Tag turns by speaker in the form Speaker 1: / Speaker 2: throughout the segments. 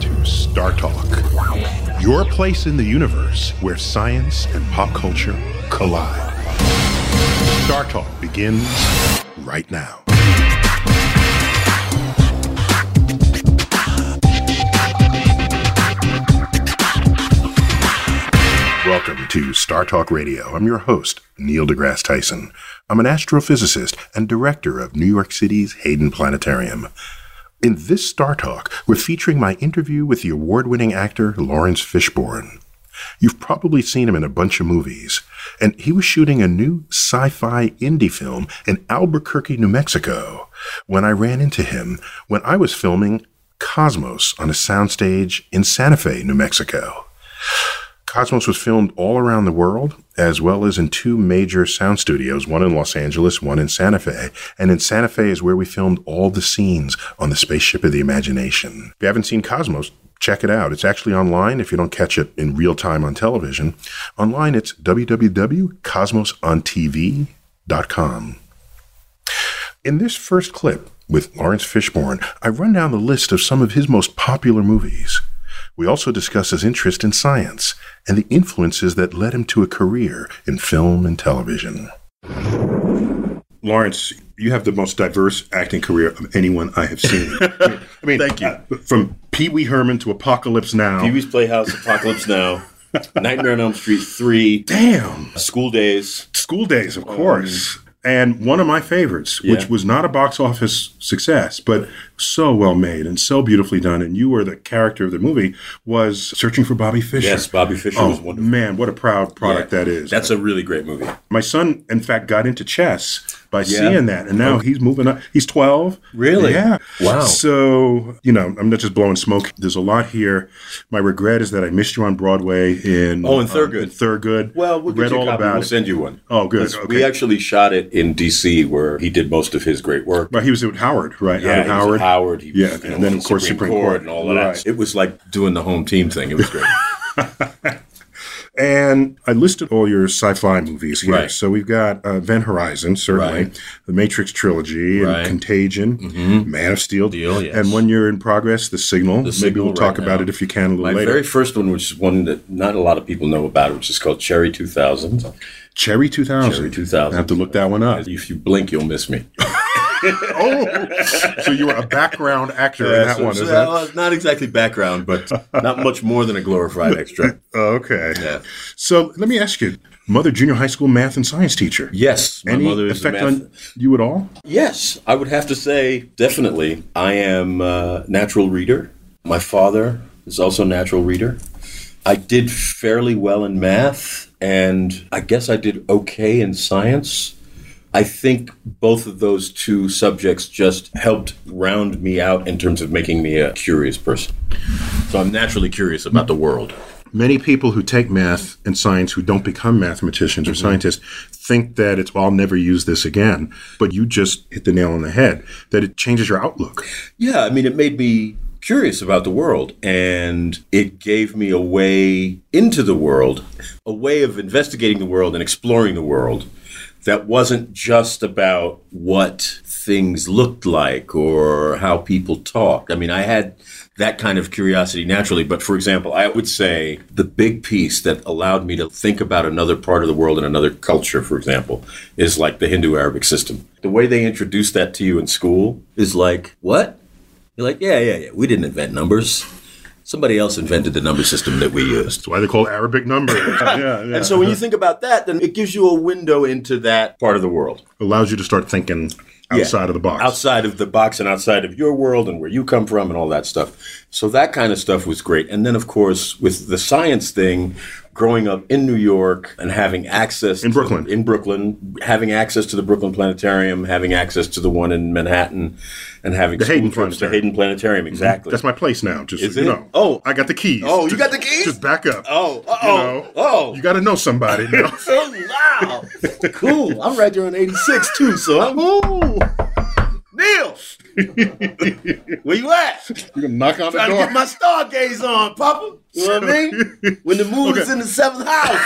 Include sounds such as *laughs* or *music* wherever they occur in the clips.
Speaker 1: to Star Talk, your place in the universe where science and pop culture collide. Star Talk begins right now. Welcome to Star Talk Radio. I'm your host, Neil deGrasse Tyson. I'm an astrophysicist and director of New York City's Hayden Planetarium. In this Star Talk, we're featuring my interview with the award winning actor Lawrence Fishburne. You've probably seen him in a bunch of movies. And he was shooting a new sci fi indie film in Albuquerque, New Mexico, when I ran into him when I was filming Cosmos on a soundstage in Santa Fe, New Mexico. Cosmos was filmed all around the world, as well as in two major sound studios, one in Los Angeles, one in Santa Fe. And in Santa Fe is where we filmed all the scenes on the spaceship of the imagination. If you haven't seen Cosmos, check it out. It's actually online if you don't catch it in real time on television. Online, it's www.cosmosontv.com. In this first clip with Lawrence Fishburne, I run down the list of some of his most popular movies. We also discuss his interest in science and the influences that led him to a career in film and television. Lawrence, you have the most diverse acting career of anyone I have seen. I mean, I mean,
Speaker 2: *laughs* Thank you.
Speaker 1: uh, from Pee Wee Herman to Apocalypse Now.
Speaker 2: Pee Wee's Playhouse,
Speaker 1: *laughs*
Speaker 2: Apocalypse Now, Nightmare on Elm Street 3,
Speaker 1: Damn.
Speaker 2: School Days.
Speaker 1: School Days, of course. and one of my favorites,
Speaker 2: Oh, Yeah.
Speaker 1: which was not a box office success, but so well made and so beautifully done, and you were the character of the movie, was Searching for Bobby Fisher.
Speaker 2: Yes, Bobby Fischer
Speaker 1: oh,
Speaker 2: was wonderful.
Speaker 1: man, what a proud product
Speaker 2: Yeah.
Speaker 1: that is.
Speaker 2: That's a really great movie.
Speaker 1: my son, in fact, got into chess by seeing that, and now he's moving up. He's 12.
Speaker 2: Really?
Speaker 1: Yeah.
Speaker 2: Wow.
Speaker 1: So, you know, I'm not just blowing smoke. There's a lot here. My regret is that I missed you on Broadway in
Speaker 2: Oh, in
Speaker 1: um,
Speaker 2: Thurgood.
Speaker 1: in Thurgood.
Speaker 2: Well, we'll
Speaker 1: read
Speaker 2: get you a
Speaker 1: all
Speaker 2: copy.
Speaker 1: about
Speaker 2: We'll
Speaker 1: it.
Speaker 2: send you one.
Speaker 1: Oh, good.
Speaker 2: Yes,
Speaker 1: Okay.
Speaker 2: We actually shot it in D.C., where he did most of his great work.
Speaker 1: But he was at Howard, right?
Speaker 2: Yeah,
Speaker 1: Out at
Speaker 2: he was
Speaker 1: Howard.
Speaker 2: at Howard. He was,
Speaker 1: Yeah,
Speaker 2: you
Speaker 1: and
Speaker 2: know,
Speaker 1: then,
Speaker 2: on
Speaker 1: of course, Supreme Court.
Speaker 2: and all of that.
Speaker 1: Right.
Speaker 2: It was like doing the home team thing. It was
Speaker 1: *laughs*
Speaker 2: great.
Speaker 1: And I listed all your sci-fi movies here.
Speaker 2: Right.
Speaker 1: So we've got uh, Event Horizon, certainly,
Speaker 2: Right.
Speaker 1: the Matrix trilogy,
Speaker 2: Right.
Speaker 1: and Contagion, Man of Steel,
Speaker 2: Deal, yes.
Speaker 1: and when you're in progress, The Signal. Maybe
Speaker 2: Signal
Speaker 1: we'll talk
Speaker 2: right
Speaker 1: about
Speaker 2: now.
Speaker 1: it if you can a little
Speaker 2: My
Speaker 1: later.
Speaker 2: very first one, which is one that not a lot of people know about, which is called Cherry 2000.
Speaker 1: Cherry 2000.
Speaker 2: Cherry 2000.
Speaker 1: I have to look that one up.
Speaker 2: If you blink, you'll miss me.
Speaker 1: *laughs* oh, so you were a background actor in that
Speaker 2: So-
Speaker 1: one,
Speaker 2: so
Speaker 1: is that?
Speaker 2: well, it's uh, not exactly
Speaker 1: *laughs*
Speaker 2: background, but not much more than a glorified extra.
Speaker 1: Oh, okay.
Speaker 2: Yeah.
Speaker 1: So let me ask you, mother junior high school math and science teacher.
Speaker 2: Yes, my
Speaker 1: Any
Speaker 2: mother is a
Speaker 1: effect
Speaker 2: math.
Speaker 1: on you at all?
Speaker 2: Yes, I would have to say definitely. I am a natural reader. My father is also a natural reader. I did fairly well in math, and I guess I did okay in science. I think both of those two subjects just helped round me out in terms of making me a curious person. So I'm naturally curious about the world.
Speaker 1: Many people who take math and science who don't become mathematicians
Speaker 2: Mm-hmm.
Speaker 1: or scientists think that it's, well, I'll never use this again. But you just hit the nail on the head that it changes your outlook.
Speaker 2: Yeah, I mean, it made me curious about the world and it gave me a way into the world, a way of investigating the world and exploring the world that wasn't just about what things looked like or how people talked. I mean, I had that kind of curiosity naturally, but for example, I would say the big piece that allowed me to think about another part of the world and another culture, for example, is like the Hindu Arabic system. The way they introduce that to you in school is like, what? You're like, yeah, yeah, yeah. We didn't invent numbers. Somebody else invented the number system that we used.
Speaker 1: That's why they're called Arabic
Speaker 2: *laughs*
Speaker 1: numbers. yeah, yeah.
Speaker 2: And so when you think about that, then it gives you a window into that part of the world.
Speaker 1: allows you to start thinking outside of the box.
Speaker 2: Outside of the box and outside of your world and where you come from and all that stuff. So that kind of stuff was great. And then, of course, with the science thing, growing up in New York and having access
Speaker 1: In
Speaker 2: to-
Speaker 1: Brooklyn.
Speaker 2: in Brooklyn, having access to the Brooklyn Planetarium, having access to the one in Manhattan, and having the
Speaker 1: Hayden
Speaker 2: the
Speaker 1: Planetarium. Mm-hmm.
Speaker 2: Hayden Planetarium exactly.
Speaker 1: That's my place now. Just
Speaker 2: Is
Speaker 1: so you
Speaker 2: it?
Speaker 1: know.
Speaker 2: Oh.
Speaker 1: I got the keys.
Speaker 2: Oh, you
Speaker 1: Just-
Speaker 2: got the keys?
Speaker 1: Just back up.
Speaker 2: Oh, oh,
Speaker 1: You know,
Speaker 2: oh.
Speaker 1: You got to know somebody. You know?
Speaker 2: so loud. cool. I'm right there on 86 too, so I'm ooh. Neil, where *laughs* you at?
Speaker 1: you can knock on *laughs* the
Speaker 2: Trying to
Speaker 1: door.
Speaker 2: get my stargaze on, Papa. You know what I mean? When the moon is in the seventh house.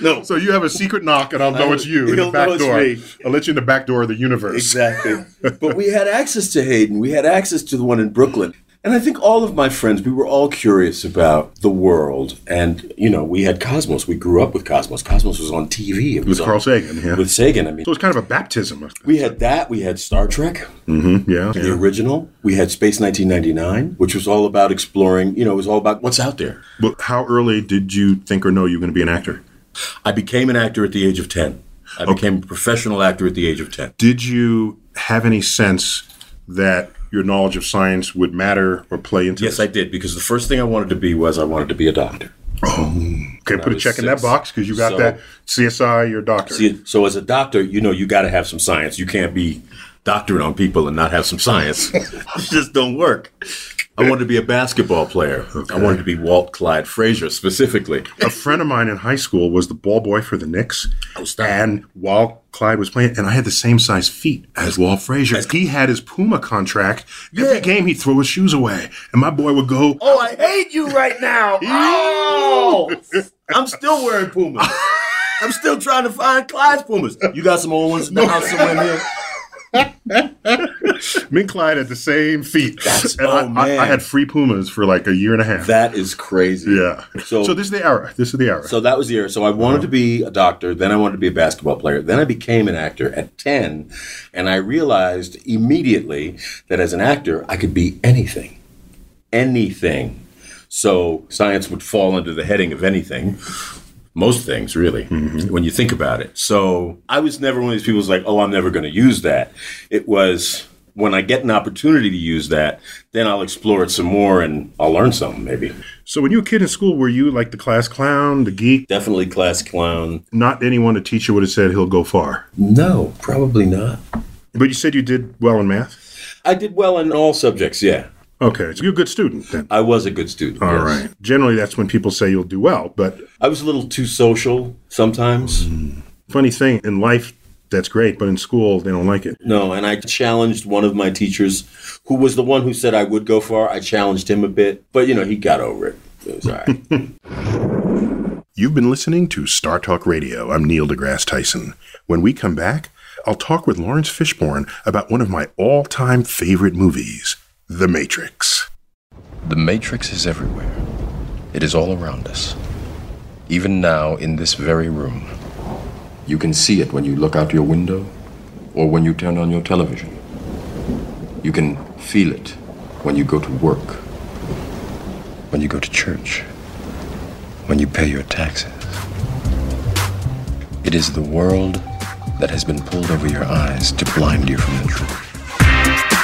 Speaker 2: No,
Speaker 1: so you have a secret knock, and I'll know
Speaker 2: I-
Speaker 1: it's you in the
Speaker 2: he'll
Speaker 1: back
Speaker 2: know it's
Speaker 1: door.
Speaker 2: me.
Speaker 1: I'll let you in the back door of the universe.
Speaker 2: Exactly. but we had access to Hayden. We had access to the one in Brooklyn. And I think all of my friends, we were all curious about the world. And, you know, we had Cosmos. We grew up with Cosmos. Cosmos was on TV. It was
Speaker 1: With
Speaker 2: on-
Speaker 1: Carl Sagan, yeah.
Speaker 2: With Sagan, I mean.
Speaker 1: so it's kind of a baptism.
Speaker 2: We had that. We had Star Trek,
Speaker 1: Mm-hmm. Yeah.
Speaker 2: the
Speaker 1: yeah.
Speaker 2: original. We had Space 1999, which was all about exploring, you know, it was all about what's out there.
Speaker 1: But how early did you think or know you were going to be an actor?
Speaker 2: I became an actor at the age of 10. I became a professional actor at the age of 10.
Speaker 1: Did you have any sense that your knowledge of science would matter or play into
Speaker 2: Yes,
Speaker 1: this?
Speaker 2: I did, because the first thing I wanted to be was I wanted to be a doctor.
Speaker 1: Oh, Okay, put a
Speaker 2: was
Speaker 1: check in that
Speaker 2: six.
Speaker 1: box because you got
Speaker 2: So-
Speaker 1: that CSI, your doctor.
Speaker 2: See, so as a doctor, you know, you got to have some science. You can't be doctoring on people and not have some *laughs* science. it just don't work. I wanted to be a basketball player. I wanted to be Walt Clyde Frazier specifically.
Speaker 1: a friend of mine in high school was the ball boy for the Knicks.
Speaker 2: stop.
Speaker 1: and while Clyde was playing, and I had the same size feet as Walt Frazier. he had his Puma contract. Every game he'd throw his shoes away. And my boy would go,
Speaker 2: Oh, I hate you right now. Oh, *laughs* I'm still wearing Pumas. I'm still trying to find Clyde's Pumas. You got some old ones in the house somewhere near?
Speaker 1: Me and Clyde had the same feet.
Speaker 2: That's-
Speaker 1: *laughs* and
Speaker 2: oh,
Speaker 1: I, I-
Speaker 2: man.
Speaker 1: I had free Pumas for like a year and a half.
Speaker 2: That is crazy.
Speaker 1: yeah. So,
Speaker 2: So-
Speaker 1: this is the era. This is the era.
Speaker 2: So that was the year. So I wanted to be a doctor. Then I wanted to be a basketball player. Then I became an actor at 10. And I realized immediately that as an actor, I could be anything. Anything. So science would fall under the heading of anything. Most things, really, when you think about it. So I was never one of these people who's like, oh, I'm never going to use that. It was when I get an opportunity to use that, then I'll explore it some more and I'll learn something, maybe.
Speaker 1: so when you were a kid in school, were you like the class clown, the geek?
Speaker 2: Definitely class clown.
Speaker 1: Not anyone, a teacher would have said he'll go far.
Speaker 2: No, probably not.
Speaker 1: But you said you did well in math?
Speaker 2: I did well in all subjects, yeah.
Speaker 1: Okay. So you're a good student then.
Speaker 2: I was a good student.
Speaker 1: All
Speaker 2: Uh, yes.
Speaker 1: right. Generally, that's when people say you'll do well. But
Speaker 2: I was a little too social sometimes.
Speaker 1: funny thing in life, that's great, but in school they don't like it.
Speaker 2: No, and I challenged one of my teachers, who was the one who said I would go far. I challenged him a bit, but you know, he got over it. It was all *laughs* right.
Speaker 1: You've been listening to Star Talk Radio. I'm Neil deGrasse Tyson. When we come back, I'll talk with Lawrence Fishburne about one of my all time favorite movies, The Matrix.
Speaker 3: The Matrix is everywhere. It is all around us. Even now, in this very room. You can see it when you look out your window or when you turn on your television. You can feel it when you go to work, when you go to church, when you pay your taxes. It is the world that has been pulled over your eyes to blind you from the truth.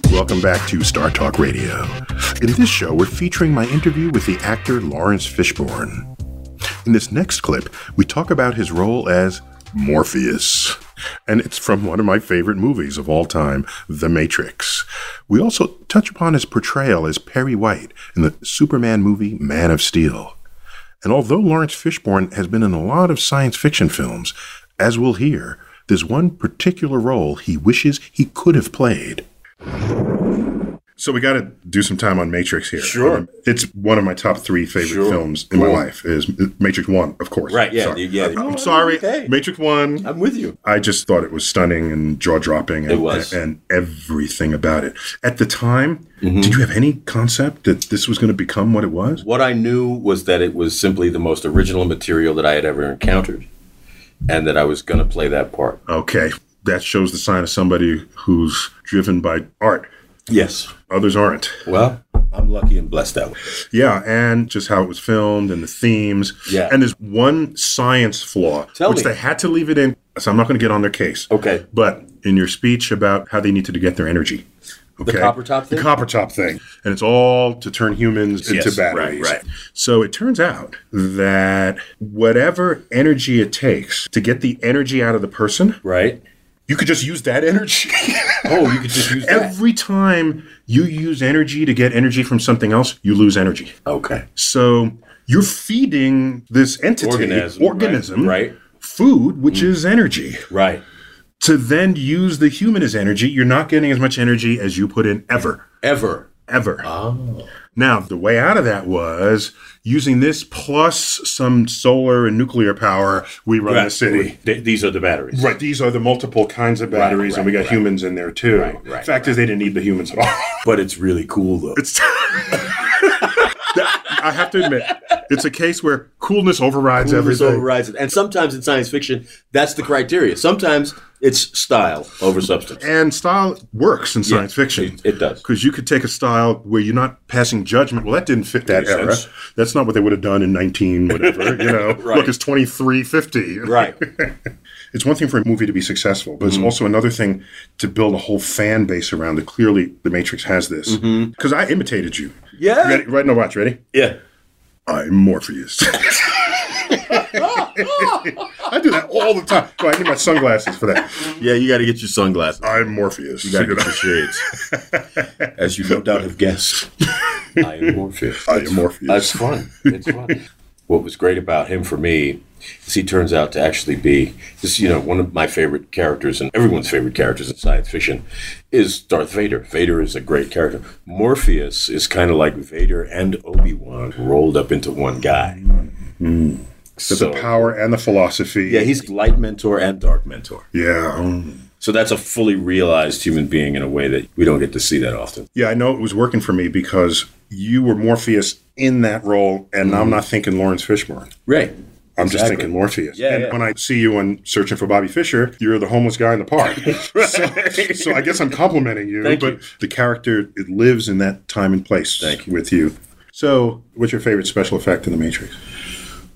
Speaker 1: Welcome Welcome back to Star Talk Radio. In this show, we're featuring my interview with the actor Lawrence Fishburne. In this next clip, we talk about his role as Morpheus. And it's from one of my favorite movies of all time, The Matrix. We also touch upon his portrayal as Perry White in the Superman movie Man of Steel. And although Lawrence Fishburne has been in a lot of science fiction films, as we'll hear, there's one particular role he wishes he could have played. So we got to do some time on Matrix here.
Speaker 2: Sure.
Speaker 1: Um, it's one of my top three favorite
Speaker 2: Sure.
Speaker 1: films in my
Speaker 2: Cool.
Speaker 1: life. Is Matrix One, of course.
Speaker 2: Right, yeah,
Speaker 1: Sorry.
Speaker 2: yeah.
Speaker 1: I'm,
Speaker 2: No,
Speaker 1: I'm sorry.
Speaker 2: okay.
Speaker 1: Matrix One.
Speaker 2: I'm with you.
Speaker 1: I just thought it was stunning and jaw dropping and,
Speaker 2: It was.
Speaker 1: and everything about it. At the time,
Speaker 2: Mm-hmm.
Speaker 1: did you have any concept that this was going to become what it was?
Speaker 2: What I knew was that it was simply the most original material that I had ever encountered, and that I was going to play that part.
Speaker 1: Okay. That shows the sign of somebody who's driven by art.
Speaker 2: Yes.
Speaker 1: Others aren't.
Speaker 2: Well, I'm lucky and blessed that way.
Speaker 1: Yeah, and just how it was filmed and the themes.
Speaker 2: Yeah.
Speaker 1: And there's one science flaw,
Speaker 2: Tell
Speaker 1: which
Speaker 2: me.
Speaker 1: they had to leave it in. So I'm not going to get on their case.
Speaker 2: Okay.
Speaker 1: But in your speech about how they needed to get their energy. Okay.
Speaker 2: copper top thing?
Speaker 1: The copper top thing. And it's all to turn humans
Speaker 2: Yes,
Speaker 1: into batteries.
Speaker 2: right, right.
Speaker 1: So it turns out that whatever energy it takes to get the energy out of the person,
Speaker 2: Right?
Speaker 1: you could just use that energy. *laughs*
Speaker 2: Oh, you could just use that.
Speaker 1: Every time you use energy to get energy from something else, you lose energy.
Speaker 2: okay.
Speaker 1: So you're feeding this entity,
Speaker 2: Organism,
Speaker 1: organism,
Speaker 2: right, right. Mm.
Speaker 1: food, which is energy.
Speaker 2: Right.
Speaker 1: To then use the human as energy, you're not getting as much energy as you put in ever,
Speaker 2: Ever.
Speaker 1: ever.
Speaker 2: Oh.
Speaker 1: Now, the way out of that was using this plus some solar and nuclear power, we run the city.
Speaker 2: Th- these are the batteries.
Speaker 1: Right, these are the multiple kinds of batteries, and we got humans in there too.
Speaker 2: Right, right,
Speaker 1: Fact is, they didn't need the humans at all.
Speaker 2: But it's really cool, though.
Speaker 1: It's That- I have to admit, it's a case where coolness overrides
Speaker 2: Movies
Speaker 1: everything.
Speaker 2: overrides it. And sometimes in science fiction, that's the criteria. Sometimes it's style over substance.
Speaker 1: *laughs* And style works in science fiction.
Speaker 2: it- it does.
Speaker 1: Because you could take a style where you're not passing judgment. Well, that didn't fit that
Speaker 2: Makes
Speaker 1: era.
Speaker 2: sense.
Speaker 1: That's not what they would have done in 19, whatever. You know,
Speaker 2: *laughs* Right.
Speaker 1: look, it's 2350.
Speaker 2: Right. Mm-hmm.
Speaker 1: It's one thing for a movie to be successful, but it's also another thing to build a whole fan base around it. Clearly, The Matrix has this.
Speaker 2: Mm-hmm.
Speaker 1: Because I imitated you.
Speaker 2: Yeah.
Speaker 1: Ready? Right now, watch. Ready?
Speaker 2: Yeah.
Speaker 1: I'm Morpheus. I do that all the time. Well, I need my sunglasses for that.
Speaker 2: Yeah, you got to get your sunglasses.
Speaker 1: I'm Morpheus.
Speaker 2: You got to
Speaker 1: You know?
Speaker 2: get your shades. As you no doubt have guessed, *laughs* I am Morpheus.
Speaker 1: I am Morpheus.
Speaker 2: That's fun. It's fun. what was great about him for me is he turns out to actually be this, you know, one of my favorite characters and everyone's favorite characters in science fiction is Darth Vader. Vader is a great character. Morpheus is kind of like Vader and Obi Wan rolled up into one guy. Mm-hmm.
Speaker 1: So, the power and the philosophy.
Speaker 2: Yeah, he's light mentor and dark mentor.
Speaker 1: yeah. mm.
Speaker 2: So that's a fully realized human being in a way that we don't get to see that often.
Speaker 1: Yeah, I know it was working for me because you were Morpheus in that role, and
Speaker 2: Mm-hmm.
Speaker 1: I'm not thinking Lawrence Fishburne.
Speaker 2: Right.
Speaker 1: I'm just
Speaker 2: Exactly.
Speaker 1: thinking Morpheus.
Speaker 2: Yeah,
Speaker 1: and
Speaker 2: yeah.
Speaker 1: when I see you in Searching for Bobby Fisher, you're the homeless guy in the
Speaker 2: *laughs*
Speaker 1: park. so, so I guess I'm complimenting you,
Speaker 2: Thank
Speaker 1: but
Speaker 2: you.
Speaker 1: the character it lives in that time and place
Speaker 2: Thank you.
Speaker 1: with you. So, what's your favorite special effect in The Matrix?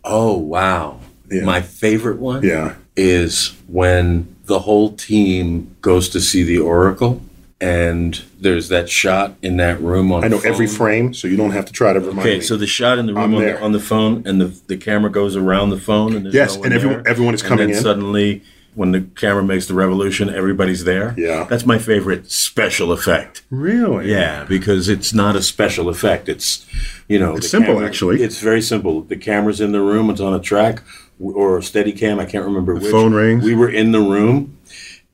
Speaker 2: Oh wow.
Speaker 1: Yeah.
Speaker 2: My favorite one
Speaker 1: Yeah.
Speaker 2: is when the whole team goes to see the Oracle and there's that shot in that room on
Speaker 1: I know
Speaker 2: the phone.
Speaker 1: every frame, so you don't have to try to remind
Speaker 2: Okay,
Speaker 1: me.
Speaker 2: so the shot in the room
Speaker 1: I'm
Speaker 2: on the,
Speaker 1: there.
Speaker 2: on the phone and the, the camera goes around the phone and there's
Speaker 1: Yes,
Speaker 2: no one
Speaker 1: and everyone-
Speaker 2: there.
Speaker 1: everyone is
Speaker 2: And
Speaker 1: coming
Speaker 2: then
Speaker 1: in.
Speaker 2: suddenly when the camera makes the revolution, everybody's there.
Speaker 1: Yeah.
Speaker 2: That's my favorite special effect.
Speaker 1: really?
Speaker 2: Yeah, because it's not a special effect. It's, you know,
Speaker 1: It's
Speaker 2: the
Speaker 1: simple, actually.
Speaker 2: It's very simple. The camera's in the room. It's on a track w- or a steady cam. I can't remember. which.
Speaker 1: phone rings.
Speaker 2: We were in the room,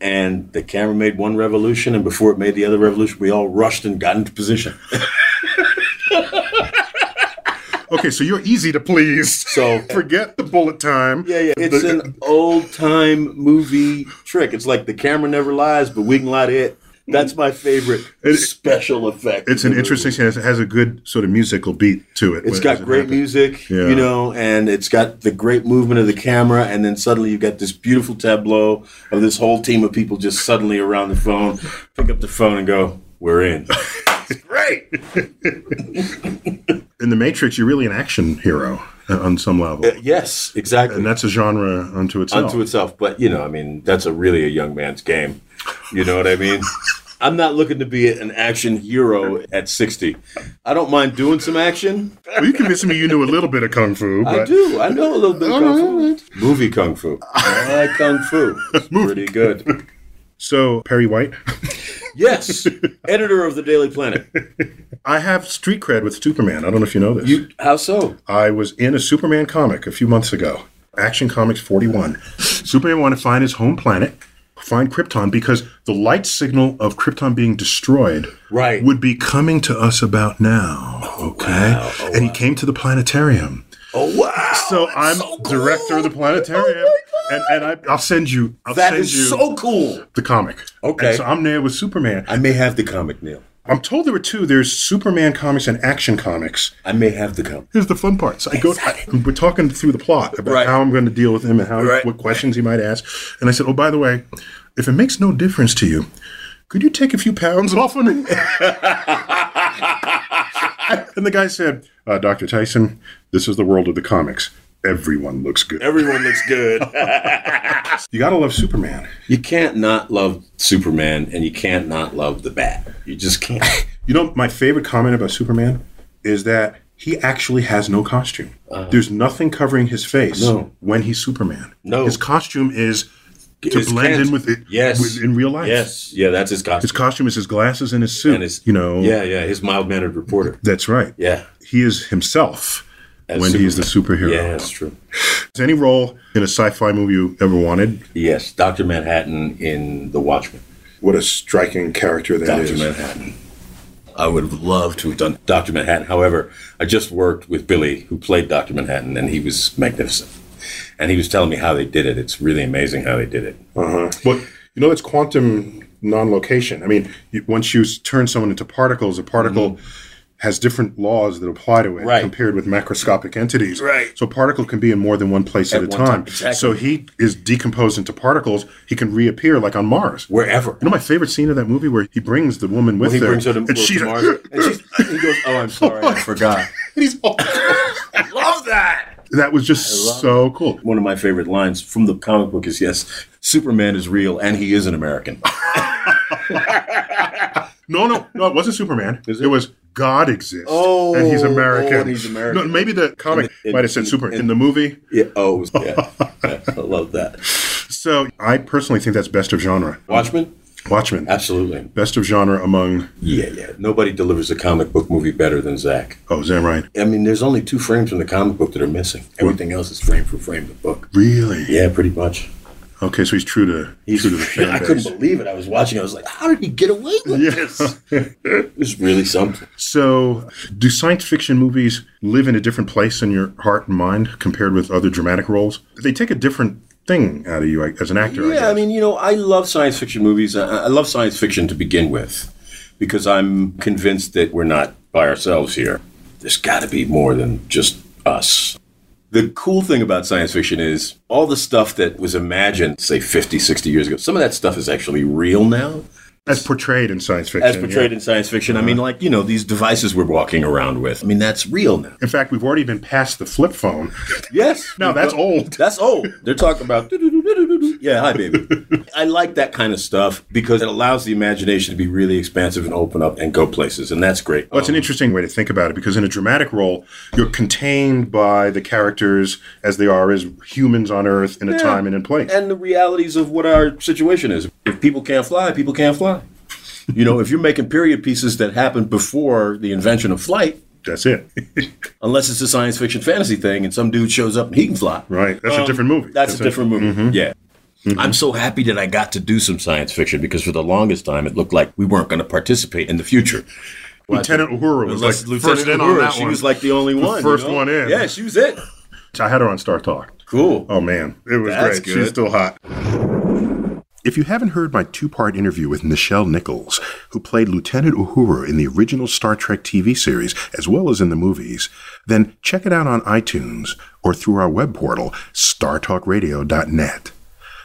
Speaker 2: and the camera made one revolution, and before it made the other revolution, we all rushed and got into position.
Speaker 1: *laughs* Okay, so you're easy to please.
Speaker 2: *laughs* So-
Speaker 1: *laughs* forget the bullet time.
Speaker 2: Yeah, yeah. It's
Speaker 1: The-
Speaker 2: an old time movie trick. It's like the camera never lies, but we can lie to it. That's my favorite special effect.
Speaker 1: It's
Speaker 2: in
Speaker 1: an
Speaker 2: the movie.
Speaker 1: interesting. It has a good sort of musical beat to it.
Speaker 2: It's
Speaker 1: as
Speaker 2: got
Speaker 1: it
Speaker 2: great
Speaker 1: happens.
Speaker 2: music,
Speaker 1: Yeah.
Speaker 2: you know, and it's got the great movement of the camera, and then suddenly you've got this beautiful tableau of this whole team of people just suddenly around the phone, pick up the phone and go, "We're
Speaker 1: *laughs*
Speaker 2: in."
Speaker 1: Right. *laughs* in the Matrix, you're really an action hero uh, on some level,
Speaker 2: yes, exactly.
Speaker 1: and that's a genre unto itself. *laughs*
Speaker 2: unto itself, but you know, I mean, that's a really a young man's game. You know what I mean? I'm not looking to be an action hero at 60. I don't mind doing some action.
Speaker 1: Well, you convinced me you knew a little bit of kung fu. But
Speaker 2: I do. I know a little bit of kung fu. Movie kung fu. I like kung
Speaker 1: *laughs*
Speaker 2: fu. It's pretty good.
Speaker 1: So Perry White,
Speaker 2: *laughs* Yes, editor of the Daily Planet.
Speaker 1: I have street cred with Superman. I don't know if you know this.
Speaker 2: You how so?
Speaker 1: I was in a Superman comic a few months ago, Action Comics 41. Superman wanted to find his home planet, find Krypton, because the light signal of Krypton being destroyed
Speaker 2: Right.
Speaker 1: would be coming to us about now. Okay. and he came to the planetarium.
Speaker 2: Oh wow!
Speaker 1: So
Speaker 2: That's
Speaker 1: I'm
Speaker 2: so cool. Oh
Speaker 1: director of the planetarium. and and I, I'll send you I'll
Speaker 2: That
Speaker 1: send
Speaker 2: is
Speaker 1: you
Speaker 2: so cool.
Speaker 1: the comic.
Speaker 2: Okay.
Speaker 1: And so I'm there with Superman.
Speaker 2: I may have the comic, Neil.
Speaker 1: I'm told there were two. There's Superman comics and action comics.
Speaker 2: I may have the comic.
Speaker 1: Here's the fun part. So I go. I, we're talking through the plot about
Speaker 2: Right.
Speaker 1: how I'm going to deal with him and how
Speaker 2: Right.
Speaker 1: what questions he might ask. And I said, "Oh, by the way, if it makes no difference to you, could you take a few pounds off of me?" *laughs* and the guy said, uh, "Dr. Tyson, this is the world of the comics. Everyone looks good.
Speaker 2: Everyone looks good.
Speaker 1: you got to love Superman.
Speaker 2: *laughs* you can't not love Superman, and you can't not love the Bat. You
Speaker 1: *laughs*
Speaker 2: just can't.
Speaker 1: You know, my favorite comment about Superman is that." He actually has no costume. There's nothing covering his face
Speaker 2: Uh-huh. No.
Speaker 1: when he's Superman.
Speaker 2: No.
Speaker 1: His costume is to
Speaker 2: It's
Speaker 1: blend
Speaker 2: Kent.
Speaker 1: in with it
Speaker 2: Yes,
Speaker 1: with, in real life.
Speaker 2: Yes, yeah, that's his costume.
Speaker 1: His costume is his glasses and his suit.
Speaker 2: And his-
Speaker 1: you know,
Speaker 2: Yeah, yeah, his mild mannered reporter.
Speaker 1: that's right.
Speaker 2: Yeah.
Speaker 1: He is himself when he's the superhero.
Speaker 2: Yeah, that's true.
Speaker 1: It's any role in a sci-fi movie you ever wanted.
Speaker 2: Yes, Doctor Manhattan in The Watchmen.
Speaker 1: What a striking character that is.
Speaker 2: Doctor Manhattan. I would have loved to have done Doctor Manhattan. However, I just worked with Billy, who played Doctor Manhattan, and he was magnificent. And he was telling me how they did it. It's really amazing how they did it.
Speaker 1: Uh-huh. But you know, it's quantum non-location. I mean, you, once you s- turn someone into particles, a particle has different laws that apply to it
Speaker 2: Mm-hmm. Right.
Speaker 1: compared with macroscopic entities.
Speaker 2: Right.
Speaker 1: So a particle can be in more than one place at, a
Speaker 2: one time,
Speaker 1: time.
Speaker 2: exactly.
Speaker 1: So he is decomposed into particles. He can reappear like on Mars.
Speaker 2: Wherever.
Speaker 1: You know my favorite scene of that movie where he brings the woman with
Speaker 2: He
Speaker 1: him,
Speaker 2: brings her to,
Speaker 1: and she's *laughs*
Speaker 2: to Mars, and she's, he goes, "Oh, I'm sorry, I forgot."
Speaker 1: and he's all-
Speaker 2: *laughs* I love that.
Speaker 1: that was just so cool.
Speaker 2: One of my favorite lines from the comic book is, "Yes, Superman is real, and he is an American." *laughs*
Speaker 1: No, no, no, it wasn't Superman. it? was God exists,
Speaker 2: Oh,
Speaker 1: and he's
Speaker 2: oh,
Speaker 1: American.
Speaker 2: and he's American.
Speaker 1: No, maybe the comic
Speaker 2: And-
Speaker 1: might have said
Speaker 2: and-
Speaker 1: Superman in
Speaker 2: and-
Speaker 1: the movie.
Speaker 2: Yeah, oh, it was-
Speaker 1: *laughs*
Speaker 2: yeah, yeah, I love that.
Speaker 1: So I personally think that's best of genre.
Speaker 2: Watchmen,
Speaker 1: Watchmen,
Speaker 2: absolutely.
Speaker 1: best of genre among
Speaker 2: Yeah, yeah. Nobody delivers a comic book movie better than Zach.
Speaker 1: oh, is that right?
Speaker 2: I mean, there's only two frames from the comic book that are missing. Everything else is frame for frame of the book.
Speaker 1: Really?
Speaker 2: Yeah, pretty much.
Speaker 1: Okay, so he's true to
Speaker 2: He's, *laughs*
Speaker 1: true to the fan
Speaker 2: I
Speaker 1: base.
Speaker 2: couldn't believe it. I was watching. I was like, how did he get away with this? it was really something.
Speaker 1: So, do science fiction movies live in a different place in your heart and mind compared with other dramatic roles? They take a different thing out of you like, as an actor. I,
Speaker 2: Yeah, I
Speaker 1: guess.
Speaker 2: mean, you know, I love science fiction movies. I, I love science fiction to begin with because I'm convinced that we're not by ourselves here. There's got to be more than just us. The cool thing about science fiction is all the stuff that was imagined, say, 50, 60 years ago, some of that stuff is actually real now.
Speaker 1: as portrayed in science fiction.
Speaker 2: As portrayed
Speaker 1: yeah.
Speaker 2: in science fiction, I mean, like, you know, these devices we're walking around with. I mean, that's real now.
Speaker 1: In fact, we've already been past the flip phone.
Speaker 2: Yes.
Speaker 1: No, that's old.
Speaker 2: That's old. They're talking about. doo-doo-doo-doo-doo-doo. *laughs* Yeah, hi, *laughs* baby. I like that kind of stuff because it allows the imagination to be really expansive and open up and go places, and that's great. Um,
Speaker 1: Well, it's an interesting way to think about it because in a dramatic role, you're contained by the characters as they are as humans on Earth in a time and in place.
Speaker 2: and the realities of what our situation is. If people can't fly, people can't fly. You know, if you're making period pieces that happened before the invention of flight,
Speaker 1: That's it. *laughs*
Speaker 2: unless it's a science fiction fantasy thing and some dude shows up and he can fly,
Speaker 1: right. That's a Mm-hmm. different movie.
Speaker 2: Um, That's, a different movie. Yeah. I'm so happy that I got to do some science fiction because for the longest time it looked like we weren't going to participate in the future.
Speaker 1: Lieutenant Uhura was like
Speaker 2: Unless Lieutenant
Speaker 1: first in on
Speaker 2: Uhura,
Speaker 1: that
Speaker 2: she
Speaker 1: one.
Speaker 2: was like the only one. you
Speaker 1: first
Speaker 2: know?
Speaker 1: one in.
Speaker 2: Yeah, she was it.
Speaker 1: I had her on Star Talk.
Speaker 2: Cool.
Speaker 1: Oh man, it was
Speaker 2: That's
Speaker 1: great.
Speaker 2: good.
Speaker 1: She's still hot. If you haven't heard my two part interview with Nichelle Nichols, who played Lieutenant Uhura in the original Star Trek TV series as well as in the movies, then check it out on iTunes or through our web portal, startalkradio.net.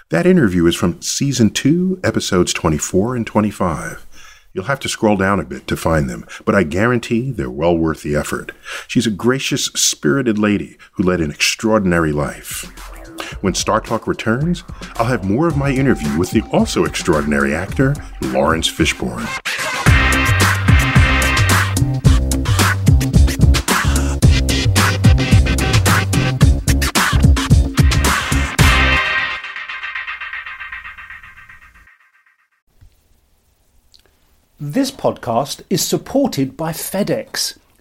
Speaker 1: That interview is from Season 2, Episodes 24 and 25. You'll have to scroll down a bit to find them, but I guarantee they're well worth the effort. She's a gracious, spirited lady who led an extraordinary life. When Star Talk returns, I'll have more of my interview with the also extraordinary actor, Lawrence Fishburne.
Speaker 4: This podcast is supported by FedEx.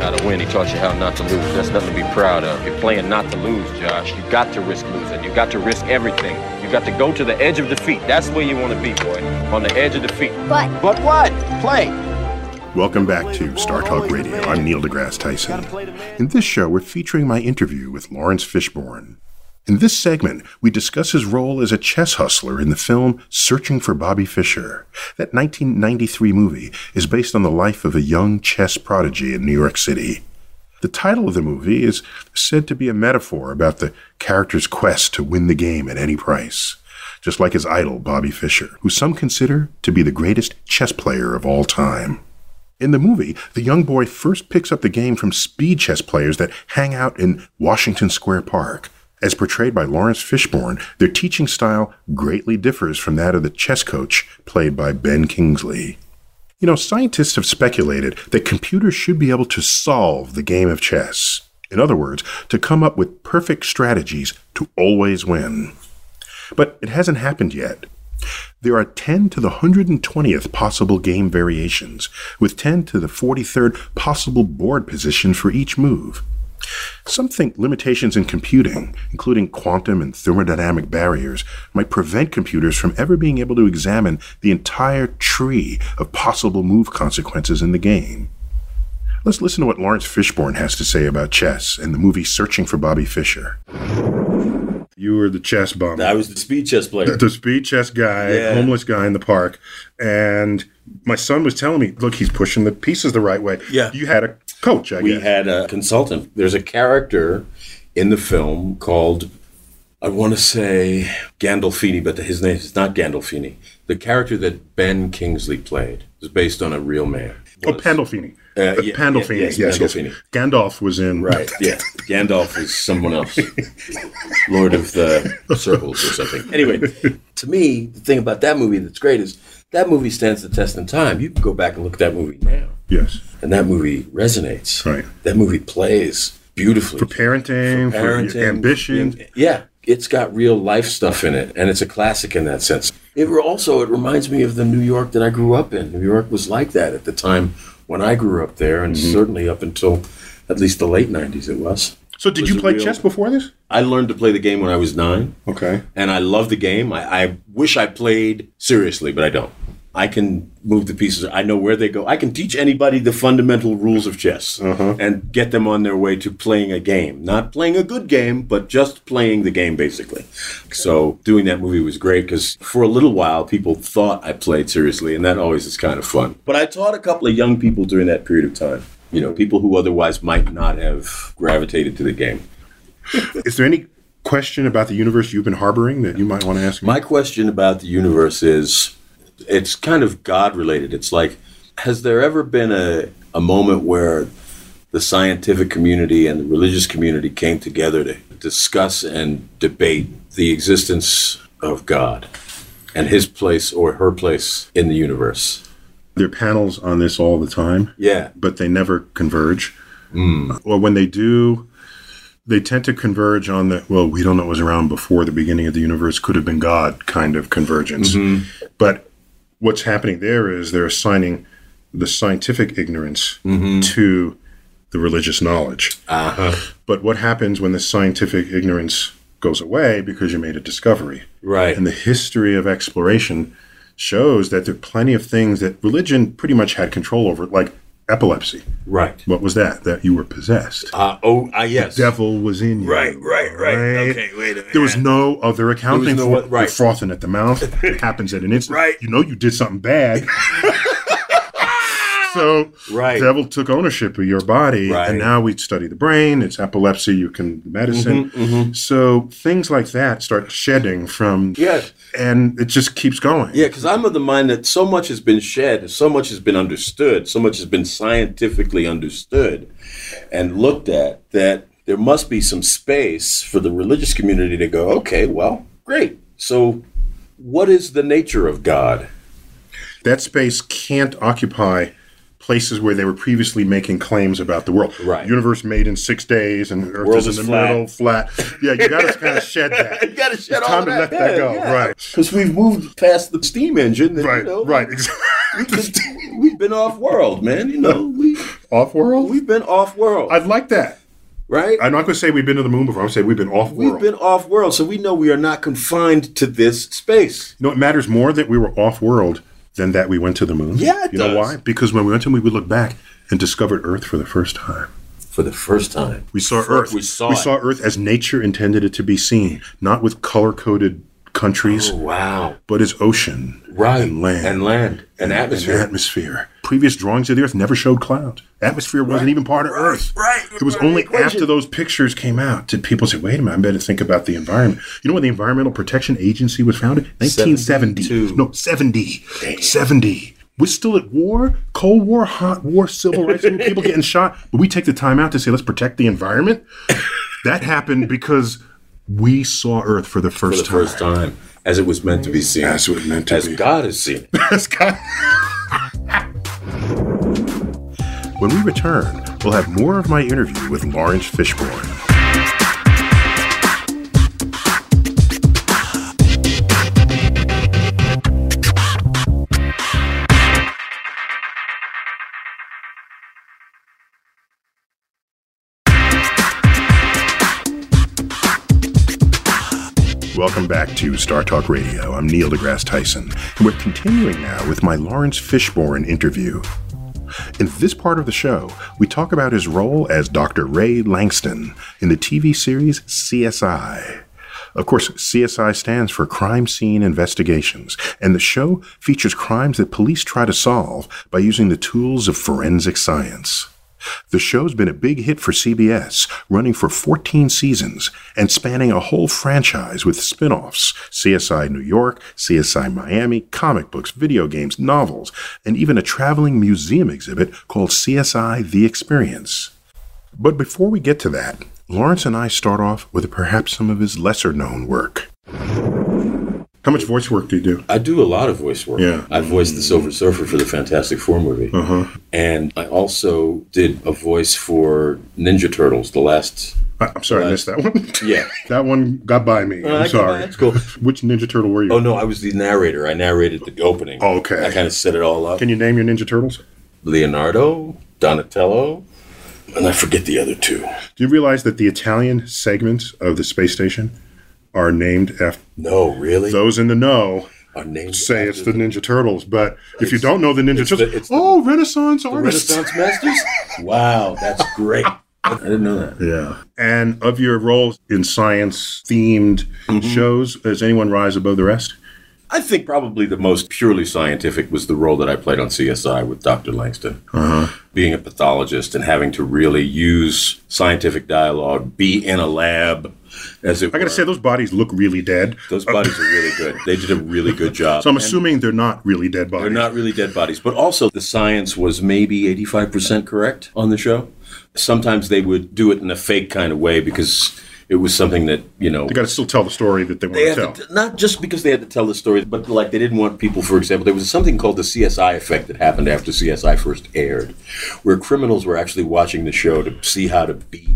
Speaker 3: How to win, he taught you how not to lose. That's nothing to be proud of. You're playing not to lose, Josh. You got to risk losing. You got to risk everything. You got to go to the edge of defeat. That's where you want to be, boy. On the edge of defeat.
Speaker 5: But
Speaker 3: But what? Play.
Speaker 1: Welcome back to Star Talk Radio. I'm Neil deGrasse Tyson. In this show, we're featuring my interview with Lawrence Fishburne. In this segment, we discuss his role as a chess hustler in the film Searching for Bobby Fischer. That 1993 movie is based on the life of a young chess prodigy in New York City. The title of the movie is said to be a metaphor about the character's quest to win the game at any price, just like his idol, Bobby Fischer, who some consider to be the greatest chess player of all time. In the movie, the young boy first picks up the game from speed chess players that hang out in Washington Square Park. As portrayed by Lawrence Fishburne, their teaching style greatly differs from that of the chess coach played by Ben Kingsley. You know, scientists have speculated that computers should be able to solve the game of chess. In other words, to come up with perfect strategies to always win. But it hasn't happened yet. There are 10 to the 120th possible game variations, with 10 to the 43rd possible board position for each move. Some think limitations in computing, including quantum and thermodynamic barriers, might prevent computers from ever being able to examine the entire tree of possible move consequences in the game. Let's listen to what Lawrence Fishburne has to say about chess and the movie Searching for Bobby Fischer.
Speaker 6: You were the chess bum.
Speaker 2: I was the speed chess
Speaker 1: *laughs*
Speaker 2: player.
Speaker 6: the speed chess guy,
Speaker 2: Yeah.
Speaker 6: homeless guy in the park. And my son was telling me, look, he's pushing the pieces the right way.
Speaker 2: Yeah.
Speaker 6: You had a coach, I
Speaker 2: we
Speaker 6: guess.
Speaker 2: had a consultant. There's a character in the film called, I want to say Gandolfini, but his name is not Gandolfini. The character that Ben Kingsley played is based on a real man.
Speaker 6: oh, Pandolfini.
Speaker 2: Uh, yeah,
Speaker 6: Pandolfini.
Speaker 2: yeah, yes,
Speaker 6: yes, yes.
Speaker 2: Pandolfini.
Speaker 6: Gandalf was in.
Speaker 2: Right. Yeah. Gandalf is someone else. Lord of the Circles or something. Anyway, to me, the thing about that movie that's great is that movie stands the test in time. You can go back and look at that movie now.
Speaker 6: Yes.
Speaker 2: And that movie resonates.
Speaker 6: Right.
Speaker 2: That movie plays beautifully.
Speaker 6: For parenting, for,
Speaker 2: Parenting,
Speaker 6: ambition.
Speaker 2: Yeah. It's got real life stuff in it, and it's a classic in that sense. It re- also it reminds me of the New York that I grew up in. New York was like that at the time when I grew up there, and certainly up until at least the late '90s, it was.
Speaker 1: So did
Speaker 2: was
Speaker 1: you
Speaker 2: a
Speaker 1: play
Speaker 2: real-
Speaker 1: chess before this?
Speaker 2: I learned to play the game when I was nine,
Speaker 1: Okay.
Speaker 2: and I love the game. I, I wish I played seriously, but I don't. I can move the pieces. I know where they go. I can teach anybody the fundamental rules of chess and get them on their way to playing a game. Not playing a good game, but just playing the game, basically. So doing that movie was great because for a little while, people thought I played seriously, and that always is kind of fun. But I taught a couple of young people during that period of time. You know, people who otherwise might not have gravitated to the game.
Speaker 1: Is there any question about the universe you've been harboring that you might want to ask? me?
Speaker 2: My question about the universe is it's kind of God related. It's like, has there ever been a, a moment where the scientific community and the religious community came together to discuss and debate the existence of God and his place or her place in the universe?
Speaker 1: there are panels on this all the time.
Speaker 2: Yeah.
Speaker 1: but they never converge. Or when they do, they tend to converge on the well, we don't know what was around before the beginning of the universe could have been God kind of convergence. But what's happening there is they're assigning the scientific ignorance to the religious knowledge. But what happens when the scientific ignorance goes away because you made a discovery?
Speaker 2: Right.
Speaker 1: And the history of exploration shows that there are plenty of things that religion pretty much had control over, like epilepsy.
Speaker 2: right.
Speaker 1: What was that? That you were possessed.
Speaker 2: Uh, oh, uh, yes.
Speaker 1: Devil was in you.
Speaker 2: Right, right, right. Okay, wait a minute.
Speaker 1: There was no other accounting
Speaker 2: There was no
Speaker 1: for
Speaker 2: what-
Speaker 1: it.
Speaker 2: right.
Speaker 1: You're frothing at the mouth.
Speaker 2: *laughs*
Speaker 1: It happens at an instant.
Speaker 2: Right.
Speaker 1: You know you did something
Speaker 2: *laughs*
Speaker 1: bad. so
Speaker 2: Right.
Speaker 1: devil took ownership of your body.
Speaker 2: Right.
Speaker 1: And now we study the brain. It's epilepsy. You can medicine.
Speaker 2: Mm-hmm,
Speaker 1: So things like that start shedding from.
Speaker 2: Yeah.
Speaker 1: And it just keeps going.
Speaker 2: Yeah, because I'm of the mind that so much has been shed, so much has been understood, so much has been scientifically understood and looked at that there must be some space for the religious community to go, okay, well, great. So, what is the nature of God?
Speaker 1: that space can't occupy places where they were previously making claims about the world.
Speaker 2: Right.
Speaker 1: Universe made in six days and Earth is
Speaker 2: World
Speaker 1: in
Speaker 2: is
Speaker 1: the
Speaker 2: flat.
Speaker 1: middle, flat. Yeah, you gotta kind
Speaker 2: *laughs*
Speaker 1: of shed that.
Speaker 2: You gotta shed
Speaker 1: it's
Speaker 2: all
Speaker 1: time to
Speaker 2: that.
Speaker 1: let that
Speaker 2: Yeah,
Speaker 1: go.
Speaker 2: yeah.
Speaker 1: Right.
Speaker 2: Because we've moved past the steam engine. and, you
Speaker 1: Right.
Speaker 2: know,
Speaker 1: right. Exactly.
Speaker 2: We've
Speaker 1: *laughs*
Speaker 2: been, we've been off world, man. You know, we,
Speaker 1: Off world.
Speaker 2: we've been off world,
Speaker 1: I'd like that.
Speaker 2: right?
Speaker 1: I'm not gonna say we've been to the moon before. I'm saying we've been off
Speaker 2: we've
Speaker 1: world.
Speaker 2: been off world, so we know we are not confined to this space.
Speaker 1: you know, it matters more that we were off world than that we went to the moon.
Speaker 2: Yeah, it
Speaker 1: you
Speaker 2: does.
Speaker 1: know why? Because when we went to the moon, we looked back and discovered Earth for the first time.
Speaker 2: For the first time.
Speaker 1: We saw
Speaker 2: Fuck,
Speaker 1: Earth.
Speaker 2: we saw
Speaker 1: we
Speaker 2: it.
Speaker 1: saw Earth as nature intended it to be seen, not with color coded countries.
Speaker 2: Wow.
Speaker 1: but it's ocean
Speaker 2: Right.
Speaker 1: and land
Speaker 2: And land. And atmosphere.
Speaker 1: atmosphere. Previous drawings of the Earth never showed clouds. Atmosphere wasn't even part of Earth.
Speaker 2: Right.
Speaker 1: It was
Speaker 2: Right.
Speaker 1: only
Speaker 2: Equation.
Speaker 1: after those pictures came out did people say, "Wait a minute, I better think about the environment." You know when the Environmental Protection Agency was founded? 1970.
Speaker 2: 72.
Speaker 1: No, 70. 70. We're still at war, Cold War, Hot War, civil rights, movement, people getting shot, but we take the time out to say, "Let's protect the environment." that happened because we saw Earth for the
Speaker 2: For
Speaker 1: first
Speaker 2: the
Speaker 1: time.
Speaker 2: first time. As it was meant to be seen.
Speaker 1: As it was meant to
Speaker 2: As
Speaker 1: be.
Speaker 2: God has seen it.
Speaker 1: That's kind- when we return, we'll have more of my interview with Lawrence Fishburne. Welcome back to Star Talk Radio. I'm Neil deGrasse Tyson, and we're continuing now with my Lawrence Fishburne interview. In this part of the show, we talk about his role as Dr. Ray Langston in the TV series CSI. Of course, CSI stands for Crime Scene Investigations, and the show features crimes that police try to solve by using the tools of forensic science. The show's been a big hit for CBS, running for 14 seasons and spanning a whole franchise with spin offs CSI New York, CSI Miami, comic books, video games, novels, and even a traveling museum exhibit called CSI The Experience. But before we get to that, Lawrence and I start off with perhaps some of his lesser known work. How much voice work do you do?
Speaker 2: I do a lot of voice work.
Speaker 1: Yeah. Uh-huh.
Speaker 2: I voiced the Silver Surfer for the Fantastic Four movie. And I also did a voice for Ninja Turtles, the last.
Speaker 1: I, am sorry, I missed that one.
Speaker 2: *laughs* Yeah.
Speaker 1: that one got by me.
Speaker 2: Uh,
Speaker 1: I'm
Speaker 2: that's
Speaker 1: sorry.
Speaker 2: fine, that's cool.
Speaker 1: Which Ninja Turtle were you?
Speaker 2: Oh, no, I was the narrator. I narrated the opening.
Speaker 1: Oh, Okay.
Speaker 2: I kind of set it all up.
Speaker 1: Can you name your Ninja Turtles?
Speaker 2: Leonardo, Donatello, and I forget the other two.
Speaker 6: Do you realize that the Italian segments of the space station are named after
Speaker 2: No, really?
Speaker 6: those in the know?
Speaker 2: Our names
Speaker 6: Say
Speaker 2: after
Speaker 6: it's the Ninja Turtles, but if you don't know the Ninja
Speaker 2: it's the-
Speaker 6: Turtles,
Speaker 2: it's the-
Speaker 6: oh, Renaissance
Speaker 2: the
Speaker 6: artists.
Speaker 1: *laughs*
Speaker 2: Renaissance Masters. Wow, that's great. I didn't know that.
Speaker 6: Yeah. And of your roles in science themed
Speaker 2: Mm-hmm.
Speaker 6: shows, does anyone rise above the rest?
Speaker 2: I think probably the most purely scientific was the role that I played on CSI with Dr. Langston.
Speaker 6: Uh-huh.
Speaker 2: Being a pathologist and having to really use scientific dialogue, be in a lab, as it
Speaker 6: I got
Speaker 2: were.
Speaker 6: to say, those bodies look really dead.
Speaker 2: those bodies are really good. They did a
Speaker 6: *laughs*
Speaker 2: really good job.
Speaker 6: So I'm assuming they're not really dead bodies.
Speaker 2: They're not really dead bodies, but also the science was maybe 85% correct on the show. Sometimes they would do it in a fake kind of way because it was something that, you know,
Speaker 6: They got to still tell the story that they want
Speaker 2: they
Speaker 6: to
Speaker 2: had
Speaker 6: tell.
Speaker 2: to, not just because they had to tell the story, but like they didn't want people, for example, there was something called the CSI effect that happened after CSI first aired, where criminals were actually watching the show to see how to beat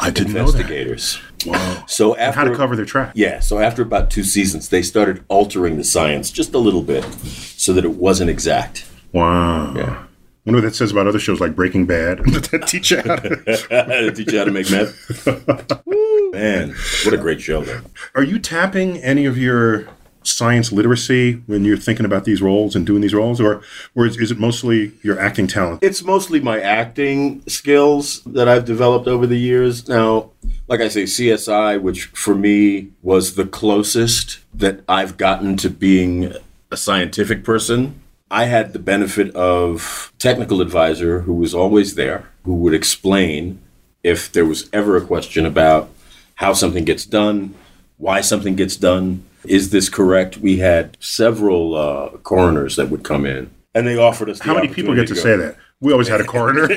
Speaker 6: I didn't know that.
Speaker 2: investigators. Wow. So after
Speaker 6: How to cover their tracks.
Speaker 2: yeah, so after about two seasons, they started altering the science just a little bit so that it wasn't exact. *laughs*
Speaker 6: Wow.
Speaker 2: Yeah.
Speaker 6: Wonder what that says about other shows like Breaking Bad. *laughs* that teach you how to-
Speaker 2: teach you how to
Speaker 6: *laughs*
Speaker 2: make meth. Woo, Man, what a great show! Though.
Speaker 6: Are you tapping any of your science literacy when you're thinking about these roles and doing these roles, or or is, is it mostly your acting talent?
Speaker 2: It's mostly my acting skills that I've developed over the years. Now, like I say, CSI, which for me was the closest that I've gotten to being a scientific person. I had the benefit of technical advisor who was always there, who would explain if there was ever a question about how something gets done, why something gets done. Is this correct? We had several uh, coroners that would come in, and they offered us. The
Speaker 6: How many people get
Speaker 2: opportunity
Speaker 6: to
Speaker 2: go-
Speaker 6: say that? We always had a coroner.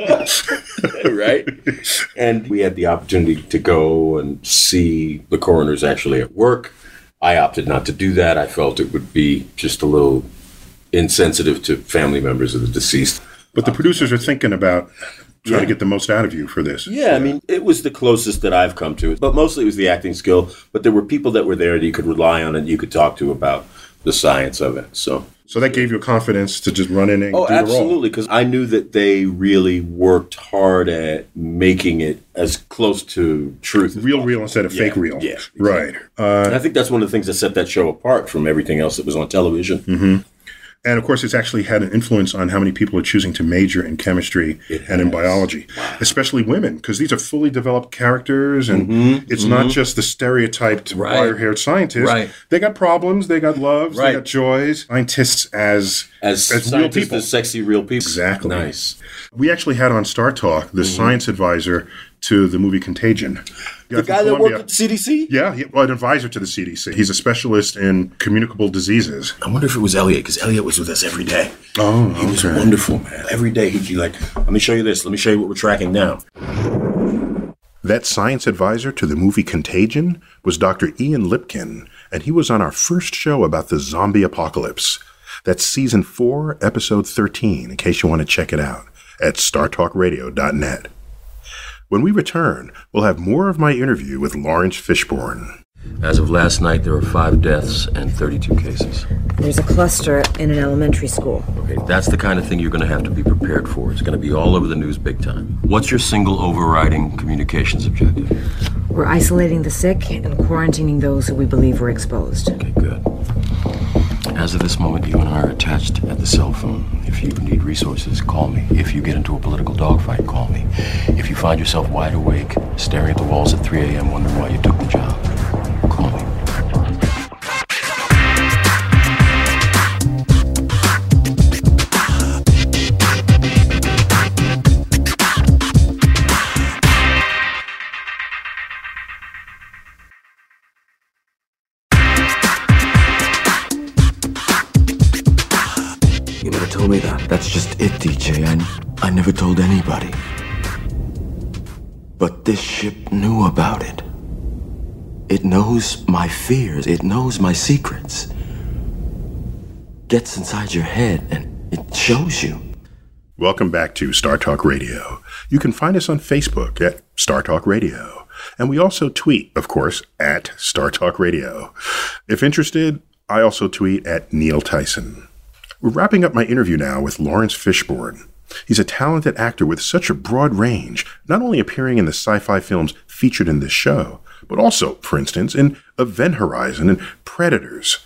Speaker 2: *laughs* right? And we had the opportunity to go and see the coroners actually at work. I opted not to do that. I felt it would be just a little insensitive to family members of the deceased.
Speaker 6: but the producers are thinking about trying
Speaker 2: Yeah.
Speaker 6: to get the most out of you for this.
Speaker 2: Yeah, I mean, it was the closest that I've come to it, but mostly it was the acting skill. But there were people that were there that you could rely on and you could talk to about the science of it. So,
Speaker 6: So that gave you confidence to just run in and
Speaker 2: oh,
Speaker 6: do the role.
Speaker 2: absolutely, because I knew that they really worked hard at making it as close to truth. as
Speaker 6: Real, real instead of fake real.
Speaker 2: yeah, exactly.
Speaker 6: Right.
Speaker 2: And I think that's one of the things that set that show apart from everything else that was on television.
Speaker 6: And of course, it's actually had an influence on how many people are choosing to major in chemistry and in biology, especially women, because these are fully developed characters, and it's not just the stereotyped
Speaker 2: Mm-hmm. Right.
Speaker 6: wire-haired scientist.
Speaker 2: Right.
Speaker 6: They got problems, they got loves,
Speaker 2: Right.
Speaker 6: they got joys. Scientists as
Speaker 2: As, real people, as sexy real people.
Speaker 6: Exactly.
Speaker 2: Nice.
Speaker 6: We actually had on Star Talk the science advisor to the movie Contagion.
Speaker 2: Mm-hmm. The guy that worked at the CDC.
Speaker 6: yeah, he, well, an advisor to the CDC. He's a specialist in communicable diseases.
Speaker 2: I wonder if it was Elliot because Elliot was with us every day.
Speaker 6: Oh,
Speaker 2: He was wonderful, man. Every day he'd be like, "Let me show you this. Let me show you what we're tracking now."
Speaker 1: That science advisor to the movie Contagion was Dr. Ian Lipkin, and he was on our first show about the zombie apocalypse. That's season 4, episode 13, in case you want to check it out at startalkradio.net. When we return, we'll have more of my interview with Lawrence Fishburne.
Speaker 3: As of last night, there were five deaths and 32 cases.
Speaker 5: There's a cluster in an elementary school.
Speaker 3: Okay, that's the kind of thing you're going to have to be prepared for. It's going to be all over the news big time. What's your single overriding communications objective?
Speaker 5: We're isolating the sick and quarantining those who we believe were exposed.
Speaker 3: Okay, good. As of this moment, you and I are attached at the cell phone. If you need resources, call me. If you get into a political dogfight, call me. If you find yourself wide awake, staring at the walls at 3 a.m., wondering why you took the job, call me. You never told me that. That's just it, DJ. I, I never told anybody. But this ship knew about it. It knows my fears, it knows my secrets. Gets inside your head and it shows you.
Speaker 1: Welcome back to Star Talk Radio. You can find us on Facebook at Star Talk Radio. And we also tweet, of course, at Star Talk Radio. If interested, I also tweet at Neil Tyson. We're wrapping up my interview now with Lawrence Fishburne.
Speaker 6: He's a talented actor with such a broad range, not only appearing in the sci fi films featured in this show, but also, for instance, in Event Horizon and Predators.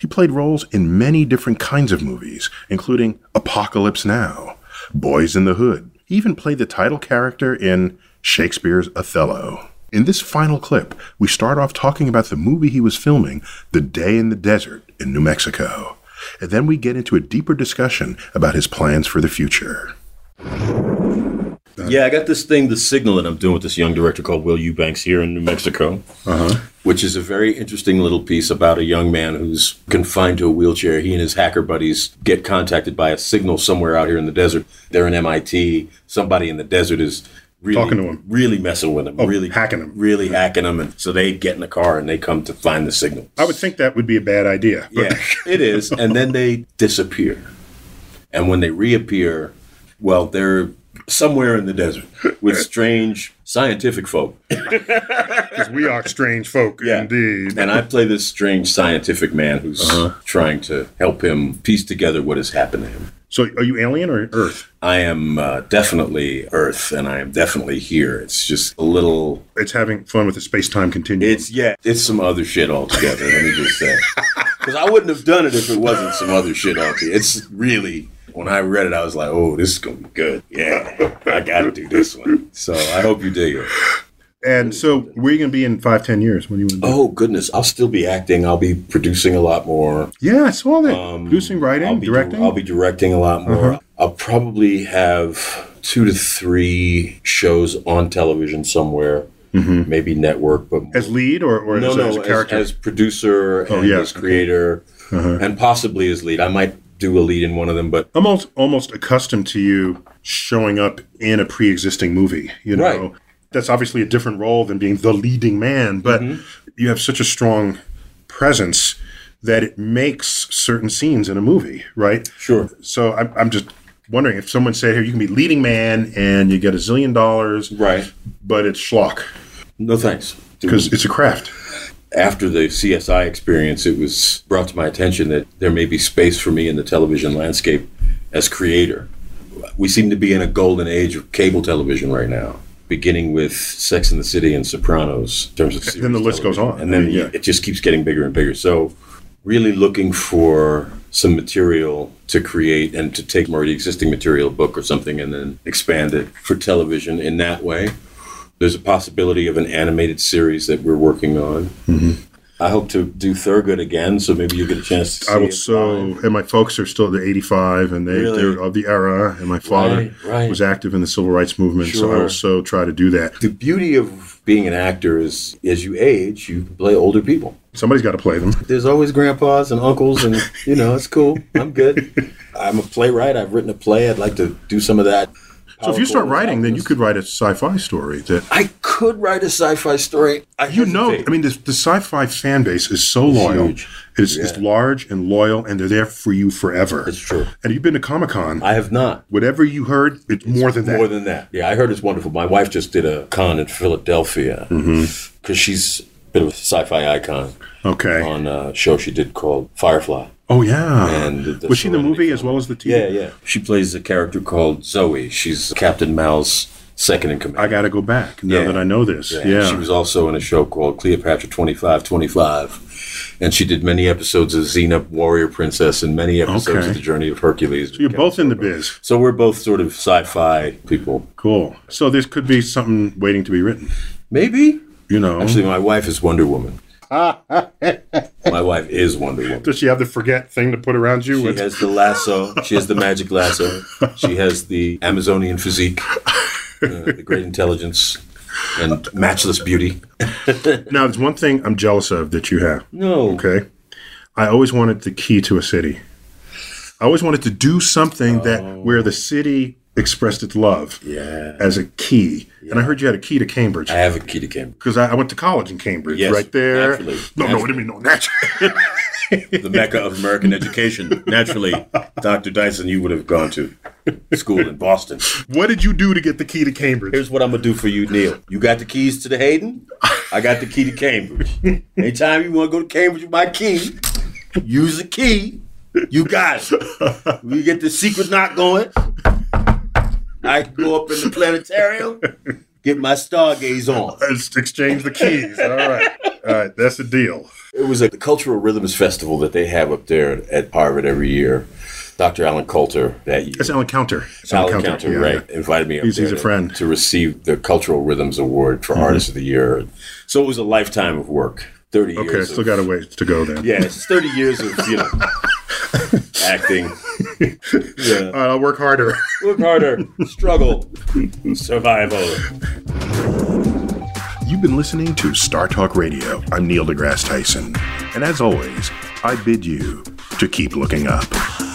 Speaker 6: He played roles in many different kinds of movies, including Apocalypse Now, Boys in the Hood. He even played the title character in Shakespeare's Othello. In this final clip, we start off talking about the movie he was filming, The Day in the Desert in New Mexico. And then we get into a deeper discussion about his plans for the future.
Speaker 2: Yeah, I got this thing, The Signal, that I'm doing with this young director called Will Eubanks here in New Mexico,
Speaker 1: Uh-huh.
Speaker 2: which is a very interesting little piece about a young man who's confined to a wheelchair. He and his hacker buddies get contacted by a signal somewhere out here in the desert. They're in MIT. Somebody in the desert is really,
Speaker 1: Talking to him.
Speaker 2: really messing with him,
Speaker 1: Oh,
Speaker 2: really
Speaker 1: hacking him.
Speaker 2: really hacking him. And so they get in the car and they come to find the signal.
Speaker 1: I would think that would be a bad idea. but-
Speaker 2: Yeah, it is. And then they disappear. And when they reappear, well, they're somewhere in the desert with strange scientific folk.
Speaker 1: we are strange folk, indeed.
Speaker 2: And I play this strange scientific man who's trying to help him piece together what has happened to him.
Speaker 1: So, are you alien or Earth?
Speaker 2: I am uh, definitely Earth, and I am definitely here. It's just a little.
Speaker 1: It's having fun with the space time continuum.
Speaker 2: It's yeah. It's some other shit altogether. let me just *laughs* say, because I wouldn't have done it if it wasn't some other shit altogether. It's really. When I read it, I was like, "Oh, this is gonna be good. Yeah, I gotta do this one." So I hope you dig it.
Speaker 1: and so, where are you going to be in five, ten years? What do you want to do?
Speaker 2: Oh goodness, I'll still be acting. I'll be producing a lot more.
Speaker 1: Yeah, I saw that. Producing, writing,
Speaker 2: um, I'll be
Speaker 1: directing. Uh-huh.
Speaker 2: I'll be directing a lot more. I'll probably have two to three shows on television somewhere, maybe network, but
Speaker 1: Mm-hmm. as lead or, or
Speaker 2: no,
Speaker 1: as,
Speaker 2: no,
Speaker 1: as a character? Oh,
Speaker 2: as, producer and
Speaker 1: yeah, Uh-huh.
Speaker 2: as creator, and possibly as lead. I might do a lead in one of them, but
Speaker 1: I'm almost, almost accustomed to you showing up in a pre existing movie. You know,
Speaker 2: Right.
Speaker 1: that's obviously a different role than being the leading man, but
Speaker 2: Mm-hmm.
Speaker 1: you have such a strong presence that it makes certain scenes in a movie, right?
Speaker 2: sure.
Speaker 1: So I'm, I'm just wondering if someone said, "Here, you can be leading man and you get a zillion dollars,
Speaker 2: Right. Mm-hmm.
Speaker 1: But it's schlock
Speaker 2: No thanks.
Speaker 1: because it's a craft."
Speaker 2: after the CSI experience, it was brought to my attention that there may be space for me in the television landscape as creator. We seem to be in a golden age of cable television right now, beginning with Sex and the City and Sopranos in terms of series
Speaker 1: then the list
Speaker 2: television.
Speaker 1: goes on.
Speaker 2: and then
Speaker 1: I mean, yeah.
Speaker 2: it just keeps getting bigger and bigger. So, really looking for some material to create and to take already existing material, a book or something, and then expand it for television in that way. There's a possibility of an animated series that we're working on.
Speaker 1: Mm-hmm.
Speaker 2: I hope to do Thurgood again, so maybe you get a chance to see
Speaker 1: I will
Speaker 2: it
Speaker 1: so,
Speaker 2: live.
Speaker 1: and my folks are still the '85, and they
Speaker 2: Really?
Speaker 1: they're of the era. And my father
Speaker 2: Right, right.
Speaker 1: was active in the civil rights movement, so I will so
Speaker 2: Sure.
Speaker 1: try to do that.
Speaker 2: The beauty of being an actor is as you age, you play older people.
Speaker 1: Somebody's got to play them.
Speaker 2: There's always grandpas and uncles,
Speaker 1: *laughs*
Speaker 2: and you know, it's cool. I'm good. *laughs* I'm a playwright. I've written a play. I'd like to do some of that.
Speaker 1: So if you start writing, then you could write a sci-fi story that.
Speaker 2: I could write a sci fi story. I
Speaker 1: You know,
Speaker 2: hesitate.
Speaker 1: I mean, the, the sci-fi fan base is so loyal.
Speaker 2: huge.
Speaker 1: It's, it's large and loyal, and they're there for you forever.
Speaker 2: It's true.
Speaker 1: And you've been to Comic Con.
Speaker 2: I have not.
Speaker 1: Whatever you heard, it's, more than that.
Speaker 2: More than that. Yeah, I heard it's wonderful. My wife just did a con in Philadelphia because
Speaker 1: Mm-hmm.
Speaker 2: she's a bit of a sci fi icon
Speaker 1: okay.
Speaker 2: on a show she did called Firefly.
Speaker 1: Oh yeah.
Speaker 2: And the- the
Speaker 1: was she in the
Speaker 2: Serenity
Speaker 1: movie as well as the TV?
Speaker 2: Yeah, yeah. She plays a character called Zoe. She's Captain Mal's second in command.
Speaker 1: I got to go back now
Speaker 2: Yeah.
Speaker 1: that I know this. Yeah.
Speaker 2: She was also in a show called Cleopatra 2525. And she did many episodes of Xena Warrior Princess and many episodes
Speaker 1: Okay.
Speaker 2: of The Journey of Hercules.
Speaker 1: You're both in the biz.
Speaker 2: So we're both sort of sci fi people.
Speaker 1: Cool. So this could be something waiting to be written.
Speaker 2: Maybe.
Speaker 1: You know.
Speaker 2: Actually, my wife is Wonder Woman. *laughs* my wife is Wonder Woman.
Speaker 1: does she have the forget thing to put around you?
Speaker 2: She
Speaker 1: With?
Speaker 2: has the lasso. She has the magic lasso. She has the Amazonian physique, uh, the great intelligence, and matchless beauty.
Speaker 1: Now, there's one thing I'm jealous of that you have.
Speaker 2: No.
Speaker 1: Okay. I always wanted the key to a city. I always wanted to do something that where the city expressed its love
Speaker 2: Oh. Yeah.
Speaker 1: as a key. And I heard you had a key to Cambridge
Speaker 2: I have a key to Cambridge.
Speaker 1: because I, I went to college in Cambridge,
Speaker 2: Yes,
Speaker 1: right there.
Speaker 2: naturally.
Speaker 1: No, no, I didn't mean no. Naturally.
Speaker 2: *laughs* The mecca of American education. Naturally, Dr. Dyson, you would have gone to school in Boston.
Speaker 1: what did you do to get the key to Cambridge?
Speaker 2: Here's what I'm going to do for you, Neil. You got the keys to the Hayden. I got the key to Cambridge. Anytime you want to go to Cambridge with my key, use the key. You got it. We get the secret knock going.
Speaker 7: I can go up in the planetarium, get my stargaze on.
Speaker 6: Let's exchange the keys. All right. All right. That's the deal.
Speaker 2: It was at the Cultural Rhythms Festival that they have up there at Harvard every year. Dr. Alan Coulter that year.
Speaker 6: That's Alan Counter. It's
Speaker 2: Alan Counter, right, invited me up
Speaker 6: He's-
Speaker 2: there
Speaker 6: he's a
Speaker 2: to-
Speaker 6: friend. Mm-hmm.
Speaker 2: to receive the Cultural Rhythms Award for Artist of the Year. So it was a lifetime of work, thirty
Speaker 6: Okay,
Speaker 2: years.
Speaker 6: still
Speaker 2: of,
Speaker 6: got a ways to go then.
Speaker 2: Yeah, it's thirty years of
Speaker 6: *laughs*
Speaker 2: you know acting.
Speaker 6: All right, I'll work harder. *laughs*
Speaker 2: Work harder, struggle, survival.
Speaker 1: You've been listening to Star Talk Radio. I'm Neil deGrasse Tyson. And as always, I bid you to keep looking up.